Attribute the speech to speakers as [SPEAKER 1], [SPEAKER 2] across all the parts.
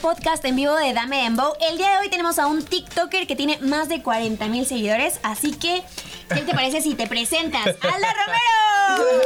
[SPEAKER 1] podcast en vivo de Dame Dembow. El día de hoy tenemos a un TikToker que tiene más de 40 mil seguidores. Así que, ¿qué te parece si te presentas? ¡Alda Romero!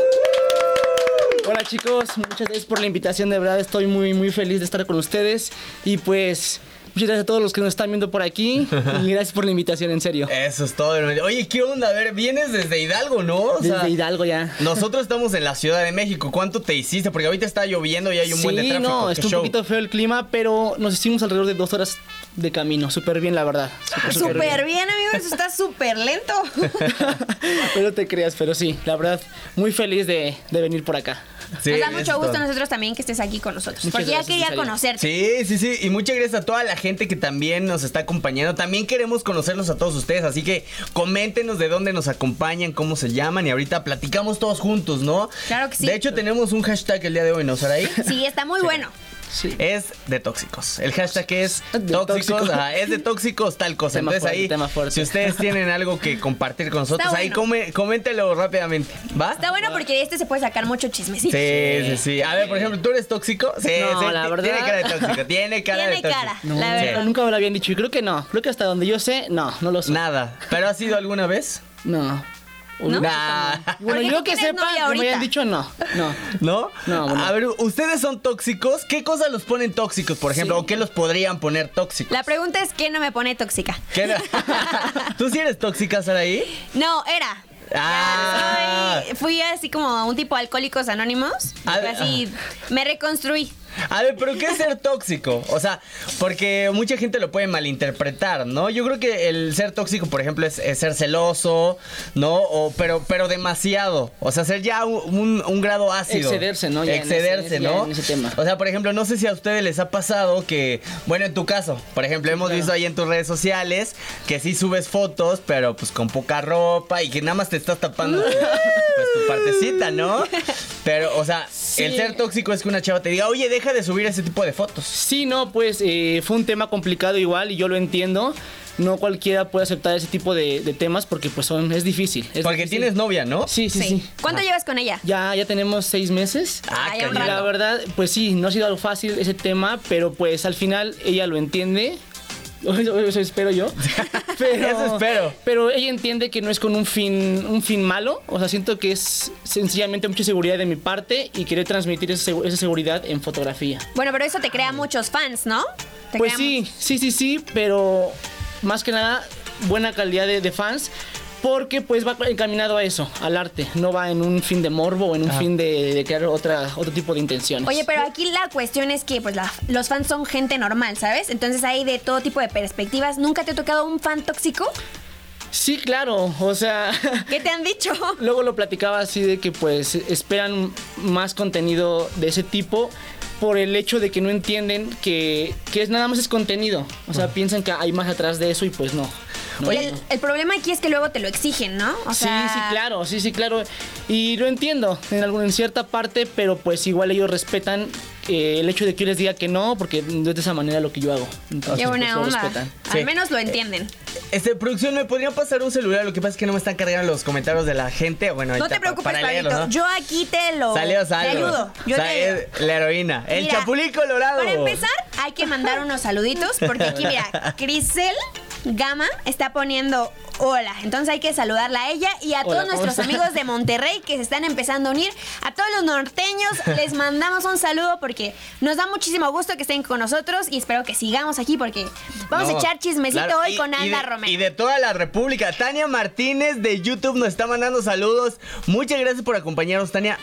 [SPEAKER 2] Hola chicos, muchas gracias por la invitación, de verdad estoy muy muy feliz de estar con ustedes y pues muchas gracias a todos los que nos están viendo por aquí y gracias por la invitación, en serio.
[SPEAKER 3] Eso es todo. hermano. Oye, ¿qué onda? A ver, vienes desde Hidalgo, ¿no? O sea,
[SPEAKER 2] Desde Hidalgo ya.
[SPEAKER 3] Nosotros estamos en la Ciudad de México. ¿Cuánto te hiciste? Porque ahorita está lloviendo y hay un buen de
[SPEAKER 2] sí,
[SPEAKER 3] tráfico. pues,
[SPEAKER 2] no,
[SPEAKER 3] Qué
[SPEAKER 2] está un
[SPEAKER 3] show.
[SPEAKER 2] poquito feo el clima, pero nos hicimos alrededor de dos horas de camino, súper bien la verdad. Súper, súper
[SPEAKER 4] Súper bien, amigo, eso está súper lento.
[SPEAKER 2] Pero no te creas, pero sí, la verdad, muy feliz de, de venir por acá.
[SPEAKER 3] Sí,
[SPEAKER 4] Nos da
[SPEAKER 3] eso
[SPEAKER 4] mucho
[SPEAKER 3] es
[SPEAKER 4] gusto a
[SPEAKER 3] todo.
[SPEAKER 4] nosotros también que estés aquí con nosotros.
[SPEAKER 2] Muchas
[SPEAKER 4] porque
[SPEAKER 2] gracias,
[SPEAKER 4] ya quería
[SPEAKER 2] Isaías.
[SPEAKER 4] conocerte.
[SPEAKER 3] Sí, sí, sí. Y muchas gracias a toda la gente que también nos está acompañando. También queremos conocerlos a todos ustedes. Así que coméntenos de dónde nos acompañan, cómo se llaman. Y ahorita platicamos todos juntos, ¿no?
[SPEAKER 4] Claro que sí.
[SPEAKER 3] De hecho, tenemos un hashtag el día de hoy, ¿no, Saraí?
[SPEAKER 4] Sí, está muy bueno.
[SPEAKER 2] Sí.
[SPEAKER 3] Es de tóxicos. El hashtag es
[SPEAKER 2] De
[SPEAKER 3] tóxicos.
[SPEAKER 2] tóxico.
[SPEAKER 3] ajá, es de tóxicos tal cosa.
[SPEAKER 2] Tema
[SPEAKER 3] Entonces
[SPEAKER 2] fuerte,
[SPEAKER 3] ahí,
[SPEAKER 2] tema fuerte.
[SPEAKER 3] si ustedes tienen algo que compartir con nosotros,
[SPEAKER 4] Está
[SPEAKER 3] ahí
[SPEAKER 4] bueno.
[SPEAKER 3] come- coméntelo rápidamente. ¿Va?
[SPEAKER 4] Está bueno porque de este se puede sacar mucho chismecito.
[SPEAKER 3] Sí, sí, sí. A ver, por ejemplo, ¿tú eres tóxico? Sí,
[SPEAKER 2] No,
[SPEAKER 3] sí,
[SPEAKER 2] la
[SPEAKER 3] ti-
[SPEAKER 2] verdad.
[SPEAKER 3] Tiene cara de tóxico. Tiene cara de
[SPEAKER 4] Tiene
[SPEAKER 3] tóxico.
[SPEAKER 4] cara,
[SPEAKER 2] No,
[SPEAKER 4] la verdad.
[SPEAKER 2] nunca me lo habían dicho y creo que no, creo que hasta donde yo sé, no, no lo sé.
[SPEAKER 3] Nada. ¿Pero has ido alguna vez?
[SPEAKER 2] No.
[SPEAKER 4] ¿No?
[SPEAKER 3] Nah.
[SPEAKER 4] ¿Por
[SPEAKER 2] Bueno,
[SPEAKER 4] qué tú
[SPEAKER 2] yo que
[SPEAKER 4] tienes
[SPEAKER 2] sepa,
[SPEAKER 4] novia
[SPEAKER 2] que me
[SPEAKER 4] ahorita?
[SPEAKER 2] habían dicho no, no.
[SPEAKER 3] ¿No?
[SPEAKER 2] No, bueno.
[SPEAKER 3] A ver, ¿ustedes son tóxicos? ¿Qué cosas los ponen tóxicos, por ejemplo?
[SPEAKER 2] Sí.
[SPEAKER 3] ¿O qué los podrían poner tóxicos?
[SPEAKER 4] La pregunta es ¿qué no me pone tóxica?
[SPEAKER 3] ¿Qué era? ¿Tú sí eres tóxica, Saraí?
[SPEAKER 4] No, era.
[SPEAKER 3] Ah.
[SPEAKER 4] Ya soy- fui así como un tipo alcohólicos anónimos.
[SPEAKER 3] A
[SPEAKER 4] Fue
[SPEAKER 3] ver,
[SPEAKER 4] así me reconstruí.
[SPEAKER 3] A ver, pero ¿qué es ser tóxico? O sea, porque mucha gente lo puede malinterpretar, ¿no? Yo creo que el ser tóxico, por ejemplo, es, es ser celoso, ¿no? O, pero, pero demasiado. O sea, ser ya un, un- un grado ácido.
[SPEAKER 2] Excederse, ¿no? Ya en ese-
[SPEAKER 3] Excederse,
[SPEAKER 2] ya
[SPEAKER 3] ¿no?
[SPEAKER 2] en ese tema.
[SPEAKER 3] O sea, por ejemplo, no sé si a ustedes les ha pasado que, bueno, en tu caso, por ejemplo, hemos visto ahí en tus redes sociales que sí subes fotos, pero pues con poca ropa y que nada más te estás tapando pues tu partecita, ¿no? Pero, o sea, el ser tóxico es que una chava te diga, oye, deja de subir ese tipo de fotos.
[SPEAKER 2] Sí, no, pues eh, fue un tema complicado igual y yo lo entiendo. No cualquiera puede aceptar ese tipo de, de temas porque pues son, es difícil. es
[SPEAKER 3] Porque
[SPEAKER 2] difícil.
[SPEAKER 3] tienes novia, ¿no?
[SPEAKER 2] Sí, sí, sí.
[SPEAKER 4] ¿Cuánto llevas con ella?
[SPEAKER 2] Ya, ya tenemos seis meses.
[SPEAKER 3] Ah,
[SPEAKER 4] Ay,
[SPEAKER 2] Y
[SPEAKER 3] caray.
[SPEAKER 2] la verdad, pues sí, no ha sido algo fácil ese tema, pero pues al final ella lo entiende. Eso, eso espero yo. Pero,
[SPEAKER 3] Eso espero.
[SPEAKER 2] Pero ella entiende que no es con un fin, un fin malo. O sea, siento que es sencillamente mucha seguridad de mi parte y querer transmitir esa, segu- esa seguridad en fotografía.
[SPEAKER 4] Bueno, pero eso te crea muchos fans, ¿no? Te
[SPEAKER 2] Pues
[SPEAKER 4] crea
[SPEAKER 2] sí, sí, sí, sí, pero más que nada buena calidad de, de fans. Porque pues va encaminado a eso, al arte. No va en un fin de morbo o en un fin de, de crear otra, otro tipo de intenciones.
[SPEAKER 4] Oye, pero aquí la cuestión es que pues la- los fans son gente normal, ¿sabes? Entonces hay de todo tipo de perspectivas. ¿Nunca te ha tocado un fan tóxico?
[SPEAKER 2] Sí, claro, o sea,
[SPEAKER 4] ¿Qué te han dicho?
[SPEAKER 2] luego lo platicaba así de que pues esperan más contenido de ese tipo por el hecho de que no entienden que, que es nada más es contenido. O sea, piensan que hay más atrás de eso y pues no. no,
[SPEAKER 4] el, el problema aquí es que luego te lo exigen, ¿no? O sea,
[SPEAKER 2] sí, sí, claro, sí, sí, claro. Y lo entiendo en, algún, en cierta parte, pero pues igual ellos respetan eh, el hecho de que yo les diga que no, porque no es de esa manera lo que yo hago. Entonces,
[SPEAKER 4] Qué
[SPEAKER 2] pues,
[SPEAKER 4] buena
[SPEAKER 2] lo
[SPEAKER 4] onda.
[SPEAKER 2] respetan.
[SPEAKER 3] Sí.
[SPEAKER 4] Al menos lo entienden.
[SPEAKER 3] Este, producción, ¿me podrían pasar un celular? Lo que pasa es que no me están cargando los comentarios de la gente. Bueno,
[SPEAKER 4] No
[SPEAKER 3] ahorita
[SPEAKER 4] te
[SPEAKER 3] pa-
[SPEAKER 4] preocupes,
[SPEAKER 3] para leerlos,
[SPEAKER 4] Pablito. Yo
[SPEAKER 3] ¿no?
[SPEAKER 4] aquí te lo.
[SPEAKER 3] Salió, salió.
[SPEAKER 4] Te ayudo. Yo
[SPEAKER 3] Sa-
[SPEAKER 4] te ayudo.
[SPEAKER 3] es La heroína. el
[SPEAKER 4] Mira,
[SPEAKER 3] chapulín colorado.
[SPEAKER 4] Para empezar, hay que mandar unos saluditos, porque aquí, mira, Crisel Gama está poniendo hola. Entonces hay que saludarla a ella y a
[SPEAKER 2] Hola,
[SPEAKER 4] todos nuestros
[SPEAKER 2] ¿cómo estás?
[SPEAKER 4] amigos de Monterrey que se están empezando a unir. A todos los norteños les mandamos un saludo porque nos da muchísimo gusto que estén con nosotros y espero que sigamos aquí porque vamos
[SPEAKER 3] No,
[SPEAKER 4] a echar chismecito
[SPEAKER 3] claro,
[SPEAKER 4] hoy
[SPEAKER 3] y-
[SPEAKER 4] con
[SPEAKER 3] y
[SPEAKER 4] Alda
[SPEAKER 3] de-
[SPEAKER 4] Romero.
[SPEAKER 3] Y de toda la República. Tania Martínez de YouTube nos está mandando saludos. Muchas gracias por acompañarnos, Tania.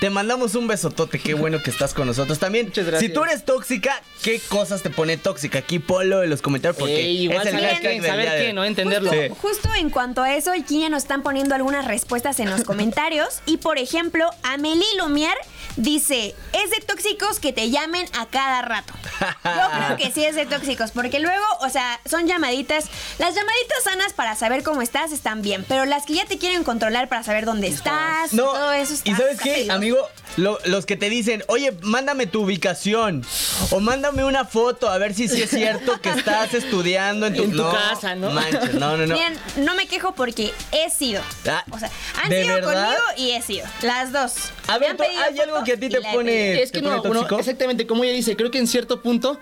[SPEAKER 3] Te mandamos un besotote, qué bueno que estás con nosotros. También,
[SPEAKER 2] Muchas gracias.
[SPEAKER 3] si tú eres tóxica, ¿qué cosas te pone tóxica? Aquí ponlo en los comentarios porque
[SPEAKER 2] Ey, igual
[SPEAKER 3] es el
[SPEAKER 2] saber,
[SPEAKER 3] hashtag
[SPEAKER 2] qué,
[SPEAKER 3] del
[SPEAKER 2] saber
[SPEAKER 3] día de-
[SPEAKER 2] qué, ¿no? Entenderlo.
[SPEAKER 3] Sí.
[SPEAKER 4] Justo en cuanto a eso, aquí ya nos están poniendo algunas respuestas en los comentarios. Y por ejemplo, Amelie Lumiar dice: Es de tóxicos que te llamen a cada rato. Yo creo que sí es de tóxicos, porque luego, o sea, son llamaditas. Las llamaditas sanas para saber cómo estás están bien, pero las que ya te quieren controlar para saber dónde estás, y
[SPEAKER 3] No,
[SPEAKER 4] todo eso está.
[SPEAKER 3] y sabes
[SPEAKER 4] está
[SPEAKER 3] qué,
[SPEAKER 4] peligroso.
[SPEAKER 3] amigo, Lo- los que te dicen, oye, mándame tu ubicación o mándame una foto a ver si sí es cierto que estás estudiando en tu,
[SPEAKER 2] En tu casa, ¿no?
[SPEAKER 3] manches, no, no, no.
[SPEAKER 4] Miren, no me quejo porque he sido.
[SPEAKER 3] Ah,
[SPEAKER 4] o sea, han
[SPEAKER 3] ¿de
[SPEAKER 4] sido
[SPEAKER 3] verdad?
[SPEAKER 4] conmigo y he sido. Las dos.
[SPEAKER 3] A
[SPEAKER 4] Me
[SPEAKER 3] ver,
[SPEAKER 4] han
[SPEAKER 3] tú-
[SPEAKER 4] pedido
[SPEAKER 3] ¿hay algo
[SPEAKER 4] foto
[SPEAKER 3] que a ti
[SPEAKER 4] y
[SPEAKER 3] Eh, te
[SPEAKER 4] la he
[SPEAKER 3] pone-
[SPEAKER 4] pedido.
[SPEAKER 2] Es que
[SPEAKER 3] ¿Te pone
[SPEAKER 2] no, bueno,
[SPEAKER 3] tóxico?
[SPEAKER 2] exactamente, como ella dice, creo que en cierto punto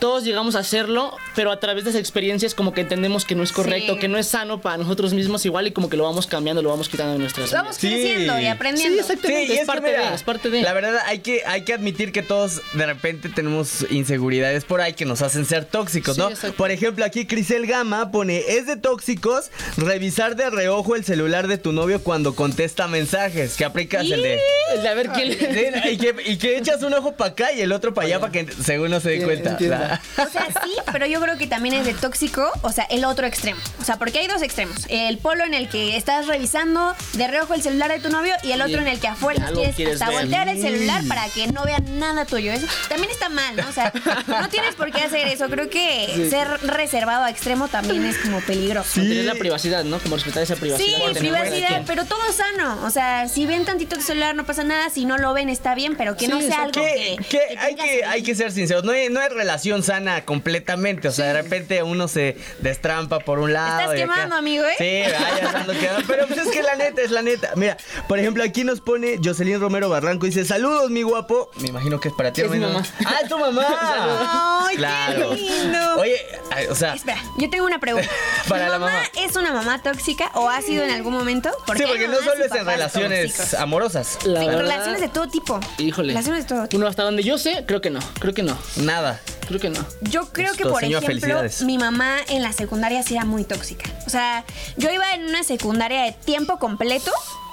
[SPEAKER 2] todos llegamos a hacerlo, pero a través de esas experiencias como que entendemos que no es correcto,
[SPEAKER 4] Sí.
[SPEAKER 2] que no es sano para nosotros mismos igual y como que lo vamos cambiando, lo vamos quitando de nuestras
[SPEAKER 4] Pues
[SPEAKER 2] vidas.
[SPEAKER 4] Vamos
[SPEAKER 3] Sí.
[SPEAKER 4] creciendo y aprendiendo.
[SPEAKER 2] Sí, exactamente,
[SPEAKER 3] y
[SPEAKER 2] es,
[SPEAKER 3] que
[SPEAKER 2] parte
[SPEAKER 3] mira,
[SPEAKER 2] de, es parte de.
[SPEAKER 3] La verdad, hay que, hay que admitir que todos de repente tenemos inseguridades por ahí que nos hacen ser tóxicos,
[SPEAKER 2] Sí,
[SPEAKER 3] ¿no?
[SPEAKER 2] exacto.
[SPEAKER 3] Por ejemplo, aquí Crisel Gama pone, es de tóxicos revisar de reojo el celular de tu novio cuando contesta mensajes, que aplicas el de...
[SPEAKER 2] El de a ver quién le-
[SPEAKER 3] Sí, y, que, y que echas un ojo para acá y el otro para allá para que según no se dé
[SPEAKER 2] Sí,
[SPEAKER 3] cuenta.
[SPEAKER 2] entiendo.
[SPEAKER 3] o sea.
[SPEAKER 4] O sea, sí, pero yo creo que también es de tóxico, o sea, el otro extremo. O sea, porque hay dos extremos. El polo en el que estás revisando de reojo el celular de tu novio y el otro
[SPEAKER 2] Sí.
[SPEAKER 4] en el que
[SPEAKER 2] Ya
[SPEAKER 4] afuera
[SPEAKER 2] lo
[SPEAKER 4] quieres,
[SPEAKER 2] quieres
[SPEAKER 4] hasta
[SPEAKER 2] ver.
[SPEAKER 4] voltear el celular para que no vean nada tuyo. Eso también está mal, ¿no? O sea, no tienes por qué hacer eso. Creo que ser reservado a extremo también es como peligroso.
[SPEAKER 2] Mantener la privacidad, ¿no? Como respetar esa privacidad.
[SPEAKER 4] Sí,
[SPEAKER 2] que tenemos cada
[SPEAKER 4] privacidad,
[SPEAKER 2] quien.
[SPEAKER 4] pero todo sano. O sea, si ven tantito el celular no pasa nada, si no lo ven está bien, pero que no
[SPEAKER 2] Sí,
[SPEAKER 4] sea algo
[SPEAKER 2] exacto.
[SPEAKER 4] que,
[SPEAKER 3] que, que
[SPEAKER 4] que
[SPEAKER 3] hay,
[SPEAKER 4] tengas
[SPEAKER 3] que,
[SPEAKER 4] ahí.
[SPEAKER 3] hay que ser sinceros, no hay, no hay relación sana completamente, o sea, de repente uno se destrampa por un lado.
[SPEAKER 4] Estás
[SPEAKER 3] y acá-
[SPEAKER 4] quemando, amigo, ¿eh?
[SPEAKER 3] Sí, ay, ya ando quemando, pero pues es que la neta, es la neta. Mira, por ejemplo, aquí nos pone Jocelyn Romero Barranco, dice, saludos, mi guapo. Me imagino que es para ti,
[SPEAKER 2] Es mi
[SPEAKER 3] hermano.
[SPEAKER 2] mamá.
[SPEAKER 3] Ah, es tu mamá.
[SPEAKER 4] Ay, qué lindo.
[SPEAKER 3] Oye, ay, o sea,
[SPEAKER 4] Espera, yo tengo una pregunta.
[SPEAKER 3] Ah. Para
[SPEAKER 4] ¿Mi
[SPEAKER 3] la
[SPEAKER 4] mamá,
[SPEAKER 3] mamá.
[SPEAKER 4] es una mamá tóxica o ha sido en algún momento?
[SPEAKER 3] sí,
[SPEAKER 4] hay
[SPEAKER 3] porque no
[SPEAKER 4] mamás
[SPEAKER 3] solo
[SPEAKER 4] y
[SPEAKER 3] es en
[SPEAKER 4] papás
[SPEAKER 3] relaciones ah,
[SPEAKER 4] tóxicos.
[SPEAKER 3] amorosas,
[SPEAKER 2] La
[SPEAKER 4] Sí,
[SPEAKER 2] verdad-
[SPEAKER 4] relaciones de todo tipo.
[SPEAKER 2] Híjole.
[SPEAKER 4] Relaciones de todo tipo.
[SPEAKER 2] Uno hasta donde yo sé, creo que no. Creo que no.
[SPEAKER 3] nada.
[SPEAKER 2] Creo que no.
[SPEAKER 4] Yo creo que,
[SPEAKER 3] Justo,
[SPEAKER 4] por
[SPEAKER 3] señora,
[SPEAKER 4] ejemplo,
[SPEAKER 3] felicidades.
[SPEAKER 4] mi mamá en la secundaria sí era muy tóxica. O sea, yo iba en una secundaria de tiempo completo.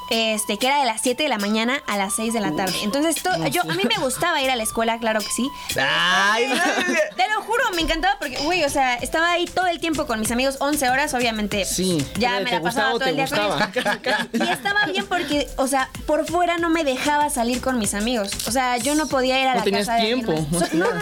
[SPEAKER 4] Este, que era de las 7 de la mañana a las 6 de la tarde. Entonces, to- yo, a mí me gustaba ir a la escuela, claro que sí.
[SPEAKER 3] Ay, no.
[SPEAKER 4] Te lo juro, me encantaba porque, güey, o sea, estaba ahí todo el tiempo con mis amigos, 11 horas, obviamente. pues,
[SPEAKER 2] Sí.
[SPEAKER 4] Ya
[SPEAKER 2] Era de
[SPEAKER 4] me
[SPEAKER 2] te
[SPEAKER 4] la pasaba
[SPEAKER 2] gustaba o
[SPEAKER 4] todo
[SPEAKER 2] te
[SPEAKER 4] el día con
[SPEAKER 2] gustaba.
[SPEAKER 4] ellos. Y estaba bien porque, o sea, por fuera no me dejaba salir con mis amigos. O sea, yo no podía ir a
[SPEAKER 2] No
[SPEAKER 4] la
[SPEAKER 2] tenías
[SPEAKER 4] casa de alguien
[SPEAKER 2] tiempo.
[SPEAKER 4] más. So- no, no, no.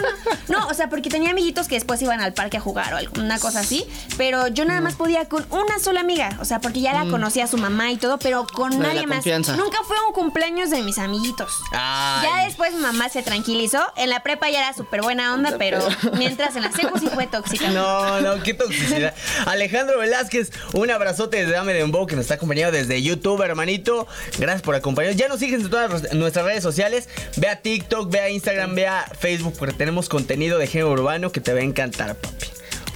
[SPEAKER 4] No, o sea, porque tenía amiguitos que después iban al parque a jugar o alguna cosa así. Pero yo nada más podía con una sola amiga. O sea, porque ya la conocía a su mamá y todo, pero con
[SPEAKER 2] de Mm. la
[SPEAKER 4] nadie más.
[SPEAKER 2] confianza.
[SPEAKER 4] Nunca fue un cumpleaños de mis amiguitos.
[SPEAKER 3] Ay.
[SPEAKER 4] Ya después mi mamá se tranquilizó. En la prepa ya era súper buena onda, pero mientras en la secu sí fue tóxica.
[SPEAKER 3] No, no, qué toxicidad. Alejandro Velázquez, un abrazote desde Dame de Dembow que nos está acompañando desde YouTube, hermanito. Gracias por acompañarnos. Ya nos siguen en todas ros- nuestras redes sociales. Ve a TikTok, ve a Instagram, ve a Facebook porque tenemos contenido de género urbano que te va a encantar, papi.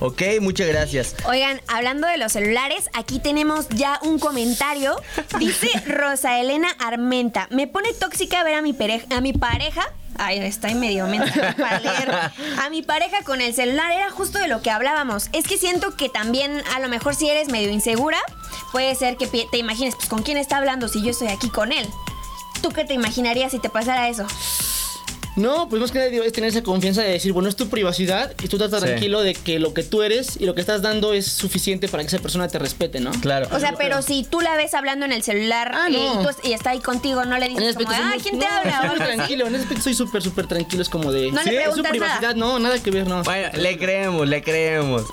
[SPEAKER 3] Ok, muchas gracias.
[SPEAKER 4] Oigan, hablando de los celulares, aquí tenemos ya un comentario. Dice Rosa Elena Armenta, me pone tóxica ver a mi, pere- a mi pareja. Ay, estoy medio mensa para leer. A mi pareja con el celular era justo de lo que hablábamos. Es que siento que también, a lo mejor si eres medio insegura, puede ser que pi- te imagines, pues, ¿con quién está hablando si yo estoy aquí con él? ¿Tú qué te imaginarías si te pasara eso?
[SPEAKER 2] No, pues más que nada digo, es tener esa confianza de decir, bueno, es tu privacidad y tú estás
[SPEAKER 3] Sí.
[SPEAKER 2] tranquilo de que lo que tú eres y lo que estás dando es suficiente para que esa persona te respete, ¿no?
[SPEAKER 3] Claro.
[SPEAKER 4] O sea, pero si tú la ves hablando en el celular
[SPEAKER 2] Ah,
[SPEAKER 4] y,
[SPEAKER 2] no.
[SPEAKER 4] y tú- y está ahí contigo, no le
[SPEAKER 2] En ese
[SPEAKER 3] Este,
[SPEAKER 4] dices como,
[SPEAKER 2] aspecto soy
[SPEAKER 4] ah,
[SPEAKER 2] muy-
[SPEAKER 4] ¿quién te
[SPEAKER 2] no,
[SPEAKER 4] habla? o
[SPEAKER 2] Soy
[SPEAKER 4] algo así.
[SPEAKER 2] tranquilo, en ese aspecto soy súper, súper tranquilo. Es como de.
[SPEAKER 4] No le
[SPEAKER 2] es su
[SPEAKER 4] preguntas nada.
[SPEAKER 2] privacidad, no, nada que ver, no.
[SPEAKER 3] Bueno, le creemos, le creemos.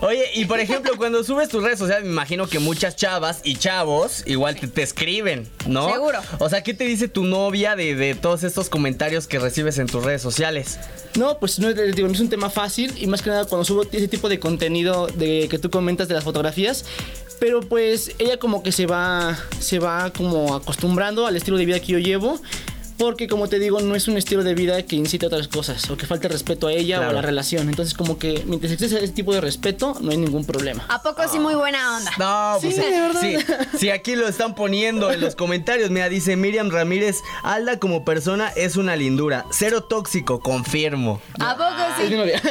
[SPEAKER 3] Oye, y por ejemplo, cuando subes tus redes sociales, me imagino que muchas chavas y chavos igual te, te escriben, ¿no?
[SPEAKER 4] Seguro.
[SPEAKER 3] O sea, ¿qué te dice tu novia de, de todos estos comentarios que recibes en tus redes sociales?
[SPEAKER 2] No, pues no, es- digo, no es un tema fácil y más que nada cuando subo ese tipo de contenido de que tú comentas de las fotografías, pero pues ella como que se va se va como acostumbrando al estilo de vida que yo llevo. Porque como te digo, no es un estilo de vida que incite a otras cosas o que falte respeto a ella o
[SPEAKER 3] Claro.
[SPEAKER 2] a la relación. Entonces como que mientras existe ese tipo de respeto, no hay ningún problema.
[SPEAKER 4] ¿A poco sí muy buena onda?
[SPEAKER 3] No,
[SPEAKER 2] Sí,
[SPEAKER 3] pues
[SPEAKER 2] de verdad.
[SPEAKER 3] sí, sí, aquí lo están poniendo en los comentarios. Mira, dice Miriam Ramírez, Alda como persona es una lindura, cero tóxico, confirmo.
[SPEAKER 4] ¿A poco
[SPEAKER 2] Es mi
[SPEAKER 4] sí? Ah.
[SPEAKER 2] novia.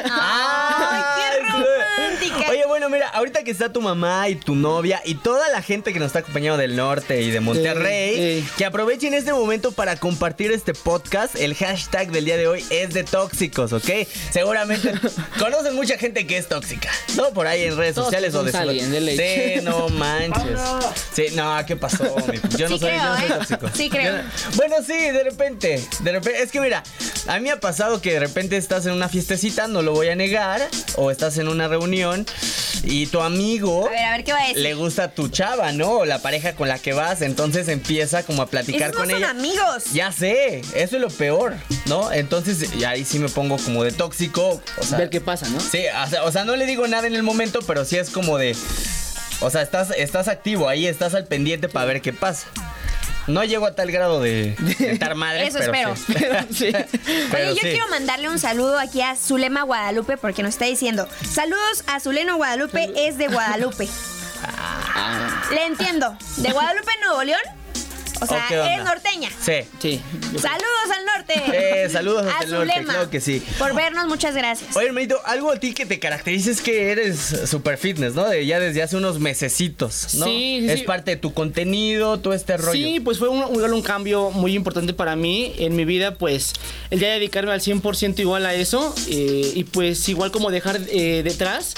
[SPEAKER 3] ¡Ay,
[SPEAKER 4] qué romántica!
[SPEAKER 3] Oye, bueno, mira, ahorita que está tu mamá y tu novia y toda la gente que nos está acompañando del norte y de Monterrey,
[SPEAKER 2] Ey, ey.
[SPEAKER 3] que aprovechen este momento para compartir este podcast. El hashtag del día de hoy es de tóxicos, ¿ok? Seguramente conocen mucha gente que es tóxica, ¿no? Por ahí en redes
[SPEAKER 2] Todos
[SPEAKER 3] sociales o de
[SPEAKER 2] somos alguien, de ley.
[SPEAKER 3] Sí, no manches. Sí, no, ¿qué pasó? mi- Yo no
[SPEAKER 4] Sí
[SPEAKER 3] soy, yo no
[SPEAKER 4] creo,
[SPEAKER 3] soy
[SPEAKER 4] ¿eh?
[SPEAKER 3] tóxico.
[SPEAKER 4] Sí creo.
[SPEAKER 3] Yo no- bueno, sí, de repente, de repente, es que mira, a mí me ha pasado que de repente estás en una fiestecita, no lo voy a negar, o estás en una reunión y tu amigo
[SPEAKER 4] A ver, a ver, ¿qué va a decir?
[SPEAKER 3] le gusta tu chava, ¿no? O la pareja con la que vas, entonces empieza como a platicar
[SPEAKER 4] Esos no
[SPEAKER 3] con
[SPEAKER 4] son
[SPEAKER 3] ella.
[SPEAKER 4] amigos.
[SPEAKER 3] Ya sé, eso es lo peor, ¿no? Entonces y ahí sí me pongo como de tóxico, o sea,
[SPEAKER 2] Ver qué pasa, ¿no?
[SPEAKER 3] sí, o sea, o sea, no le digo nada en el momento, pero sí es como de o sea, estás, estás activo, ahí estás al pendiente para ver qué pasa. No llego a tal grado de, de estar madre.
[SPEAKER 4] Eso
[SPEAKER 3] pero
[SPEAKER 4] espero.
[SPEAKER 3] sí.
[SPEAKER 2] Sí.
[SPEAKER 3] Pero
[SPEAKER 4] Oye, yo
[SPEAKER 3] sí.
[SPEAKER 4] quiero mandarle un saludo aquí a Zulema Guadalupe porque nos está diciendo, saludos a Zuleno Guadalupe, es de Guadalupe. Le entiendo, de Guadalupe, Nuevo León, o sea,
[SPEAKER 3] Ah. ¿O qué onda?
[SPEAKER 4] es norteña.
[SPEAKER 3] Sí.
[SPEAKER 2] Sí.
[SPEAKER 4] Saludos al norte.
[SPEAKER 3] Eh, saludos
[SPEAKER 4] a
[SPEAKER 3] hasta el norte,
[SPEAKER 4] Zulema,
[SPEAKER 3] claro que sí.
[SPEAKER 4] Por vernos, muchas gracias.
[SPEAKER 3] Oye, hermanito, algo a ti que te caracteriza es que eres super fitness, ¿no? De ya desde hace unos mesecitos, ¿no?
[SPEAKER 2] Sí, sí,
[SPEAKER 3] Es
[SPEAKER 2] sí.
[SPEAKER 3] parte de tu contenido, todo este rollo.
[SPEAKER 2] Sí, pues fue un, igual un cambio muy importante para mí en mi vida, pues el ya dedicarme al 100% igual a eso eh, y pues igual como dejar eh, detrás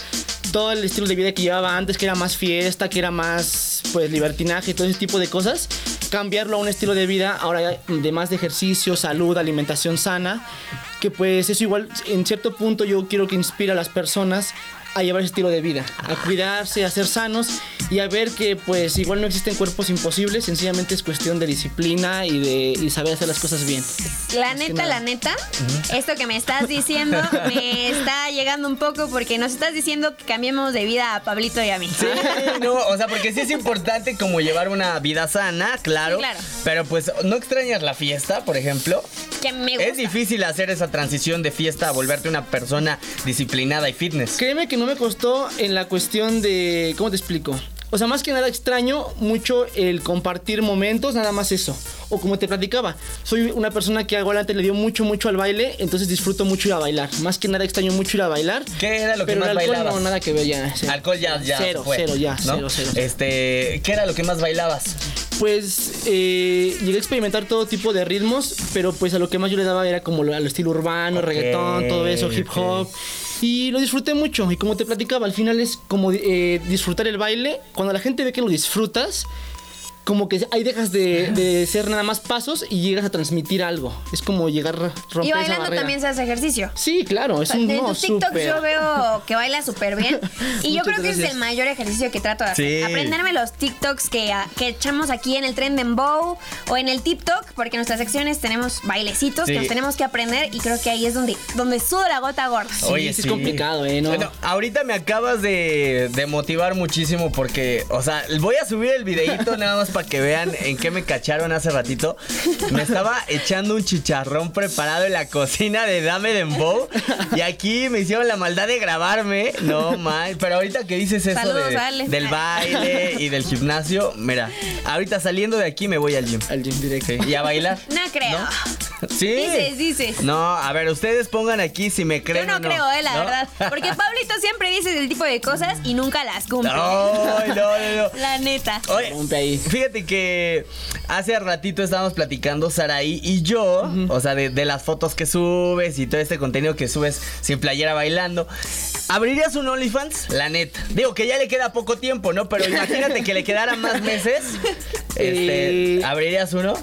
[SPEAKER 2] todo el estilo de vida que llevaba antes, que era más fiesta, que era más pues libertinaje, todo ese tipo de cosas, cambiarlo a un estilo de vida ahora ya de más de ejercicio, salud, alimentación sana, que pues eso igual en cierto punto yo quiero que inspire a las personas a llevar ese estilo de vida, a cuidarse, a ser sanos y a ver que pues igual no existen cuerpos imposibles, sencillamente es cuestión de disciplina y de y saber hacer las cosas bien.
[SPEAKER 4] La
[SPEAKER 2] que
[SPEAKER 4] neta,
[SPEAKER 2] nada.
[SPEAKER 4] la neta, esto que me estás diciendo me está llegando un poco porque nos estás diciendo que cambiemos de vida a Pablito y a mí.
[SPEAKER 3] Sí, no, o sea, porque sí es importante como llevar una vida sana, claro.
[SPEAKER 4] Sí, claro.
[SPEAKER 3] Pero pues, ¿no extrañas la fiesta, por ejemplo?
[SPEAKER 4] Que me gusta.
[SPEAKER 3] Es difícil hacer esa transición de fiesta a volverte una persona disciplinada y fitness.
[SPEAKER 2] Créeme que no me costó en la cuestión de ¿cómo te explico? O sea, más que nada extraño mucho el compartir momentos, nada más eso. O como te platicaba, soy una persona que igual antes le dio mucho, mucho al baile, entonces disfruto mucho ir a bailar. Más que nada extraño mucho ir a bailar.
[SPEAKER 3] ¿Qué era lo que
[SPEAKER 2] pero
[SPEAKER 3] más
[SPEAKER 2] el alcohol
[SPEAKER 3] bailabas?
[SPEAKER 2] no, nada que ver ya. sí.
[SPEAKER 3] Alcohol ya, ya. se
[SPEAKER 2] Cero,
[SPEAKER 3] fue,
[SPEAKER 2] cero, ya,
[SPEAKER 3] ¿no?
[SPEAKER 2] cero, cero, cero.
[SPEAKER 3] Este, ¿qué era lo que más bailabas?
[SPEAKER 2] Pues eh, llegué a experimentar todo tipo de ritmos, pero pues a lo que más yo le daba era como lo, al estilo urbano,
[SPEAKER 3] Ok,
[SPEAKER 2] reggaetón, todo eso, hip hop.
[SPEAKER 3] ok.
[SPEAKER 2] Y lo disfruté mucho. Y como te platicaba, al final es como eh, disfrutar el baile. Cuando la gente ve que lo disfrutas, como que ahí dejas de, de ser nada más pasos y llegas a transmitir algo. Es como llegar a romper
[SPEAKER 4] Y
[SPEAKER 2] esa
[SPEAKER 4] bailando
[SPEAKER 2] barrera.
[SPEAKER 4] también se hace ejercicio.
[SPEAKER 2] Sí, claro, es un
[SPEAKER 4] en
[SPEAKER 2] no,
[SPEAKER 4] tus TikToks
[SPEAKER 2] súper.
[SPEAKER 4] yo veo que baila súper bien. Y yo
[SPEAKER 2] Muchas
[SPEAKER 4] creo que ese es
[SPEAKER 2] gracias.
[SPEAKER 4] el mayor ejercicio que trato de hacer.
[SPEAKER 3] Sí.
[SPEAKER 4] Aprenderme los TikToks que, ah, que echamos aquí en el Trend and Bow o en el TikTok, porque en nuestras secciones tenemos bailecitos
[SPEAKER 3] Sí.
[SPEAKER 4] que nos tenemos que aprender. Y creo que ahí es donde, donde suda la gota gorda.
[SPEAKER 2] Sí, sí es complicado, ¿eh? No.
[SPEAKER 3] Bueno, ahorita me acabas de, de motivar muchísimo porque, o sea, voy a subir el videito nada más para que vean en qué me cacharon hace ratito. Me estaba echando un chicharrón preparado en la cocina de Dame Dembow y aquí me hicieron la maldad de grabarme. No mal, pero ahorita que dices eso
[SPEAKER 4] Saludos,
[SPEAKER 3] de-
[SPEAKER 4] Ale.
[SPEAKER 3] del baile y del gimnasio, mira, ahorita saliendo de aquí me voy al gym.
[SPEAKER 2] Al gym directo.
[SPEAKER 3] Sí, y a bailar.
[SPEAKER 4] No creo.
[SPEAKER 3] Sí.
[SPEAKER 4] Dices, dices.
[SPEAKER 3] No, a ver, ustedes pongan aquí si me
[SPEAKER 4] Yo
[SPEAKER 3] creen.
[SPEAKER 4] no,
[SPEAKER 3] o
[SPEAKER 4] creo, eh, la
[SPEAKER 3] ¿No?
[SPEAKER 4] verdad. Porque Pablito siempre dice el tipo de cosas y nunca las cumple.
[SPEAKER 3] Ay, no, no, no.
[SPEAKER 4] La neta.
[SPEAKER 3] Oye,
[SPEAKER 2] Ponte ahí.
[SPEAKER 3] fíjate que hace ratito estábamos platicando Saraí y yo, o sea, de, de las fotos que subes y todo este contenido que subes sin playera bailando. ¿Abrirías un OnlyFans? La neta. Digo que ya le queda poco tiempo, ¿no? Pero imagínate que le quedaran más meses. Este,
[SPEAKER 2] Eh.
[SPEAKER 3] ¿Abrirías uno?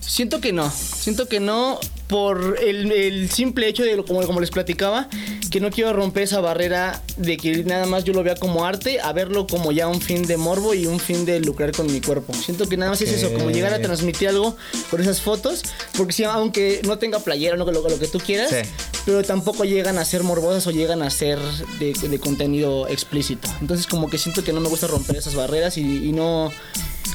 [SPEAKER 2] Siento que no, siento que no por el, el simple hecho de, lo- como, como les platicaba, que no quiero romper esa barrera de que nada más yo lo vea como arte, a verlo como ya un fin de morbo y un fin de lucrar con mi cuerpo. Siento que nada más es eso, como llegar a transmitir algo por esas fotos, porque si aunque no tenga playera, no, lo, lo que tú quieras,
[SPEAKER 3] Sí.
[SPEAKER 2] pero tampoco llegan a ser morbosas o llegan a ser de, de contenido explícito. Entonces como que siento que no me gusta romper esas barreras y, y no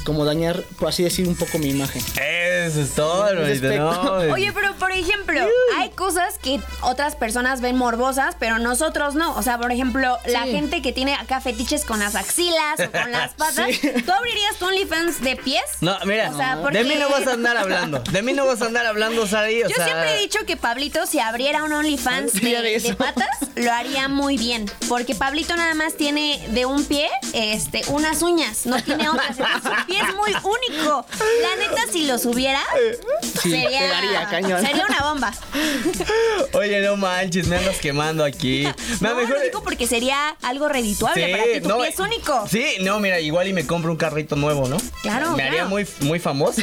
[SPEAKER 2] como dañar, por así decir, un poco mi imagen.
[SPEAKER 3] Eso es todo, hermanito, no.
[SPEAKER 4] Oye, pero por ejemplo, hay cosas que otras personas ven morbosas, pero nosotros no. O sea, por ejemplo, la
[SPEAKER 2] Sí.
[SPEAKER 4] gente que tiene acá fetiches con las axilas o con las patas,
[SPEAKER 2] Sí.
[SPEAKER 4] ¿tú abrirías tu OnlyFans de pies?
[SPEAKER 3] No, mira,
[SPEAKER 4] O sea,
[SPEAKER 3] de
[SPEAKER 4] porque-
[SPEAKER 3] mí no vas a andar hablando. De mí no vas a andar hablando, Saraí. o
[SPEAKER 4] Yo
[SPEAKER 3] sea-
[SPEAKER 4] siempre he dicho que Pablito, si abriera un OnlyFans
[SPEAKER 2] Sí,
[SPEAKER 4] de,
[SPEAKER 2] haré eso.
[SPEAKER 4] de patas, lo haría muy bien. Porque Pablito nada más tiene de un pie este, unas uñas, no tiene otras. Entonces, su pie es muy único. La neta, si lo subiera,
[SPEAKER 2] Sí,
[SPEAKER 4] sería,
[SPEAKER 2] pegaría, cañón.
[SPEAKER 4] sería una bomba.
[SPEAKER 3] Oye, no manches, me andas quemando aquí. Me
[SPEAKER 4] No, lo digo porque sería algo redituable para ti.
[SPEAKER 3] Sí, eh,
[SPEAKER 4] Tu pie es único.
[SPEAKER 3] Sí, no, mira, igual y me compro un carrito nuevo, ¿no?
[SPEAKER 4] Claro,
[SPEAKER 3] Me haría
[SPEAKER 4] claro.
[SPEAKER 3] muy, muy famoso.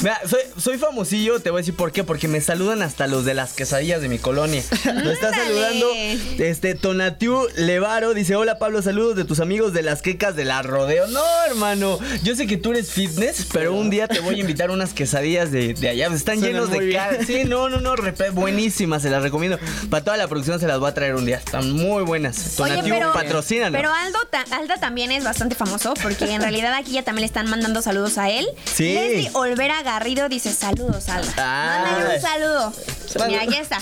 [SPEAKER 3] Mira, soy, soy famosillo, te voy a decir por qué. Porque me saludan hasta los de las quesadillas de mi colonia. Lo está
[SPEAKER 4] Ándale.
[SPEAKER 3] saludando este Tonatiu Levaro. Dice: Hola Pablo, saludos de tus amigos de las quecas de la rodeo. No, hermano, yo sé que tú eres fitness, pero un día te voy a invitar unas quesadillas de, de allá ya pues, están
[SPEAKER 2] Suena
[SPEAKER 3] llenos de
[SPEAKER 2] muy bien.
[SPEAKER 3] ca- Sí, no, no, no, repe- buenísimas, se las recomiendo. Para toda la producción se las voy a traer un día. Están muy buenas.
[SPEAKER 4] Oye,
[SPEAKER 3] Tonatiuh,
[SPEAKER 4] pero,
[SPEAKER 3] patrocínanos.
[SPEAKER 4] pero Aldo ta- Alda también es bastante famoso porque en realidad aquí ya también le están mandando saludos a él.
[SPEAKER 3] Sí.
[SPEAKER 4] Leslie Olvera Garrido dice saludos, Alda.
[SPEAKER 3] Ah.
[SPEAKER 4] Mándale un saludo.
[SPEAKER 3] Manda-
[SPEAKER 4] Mira, aquí está.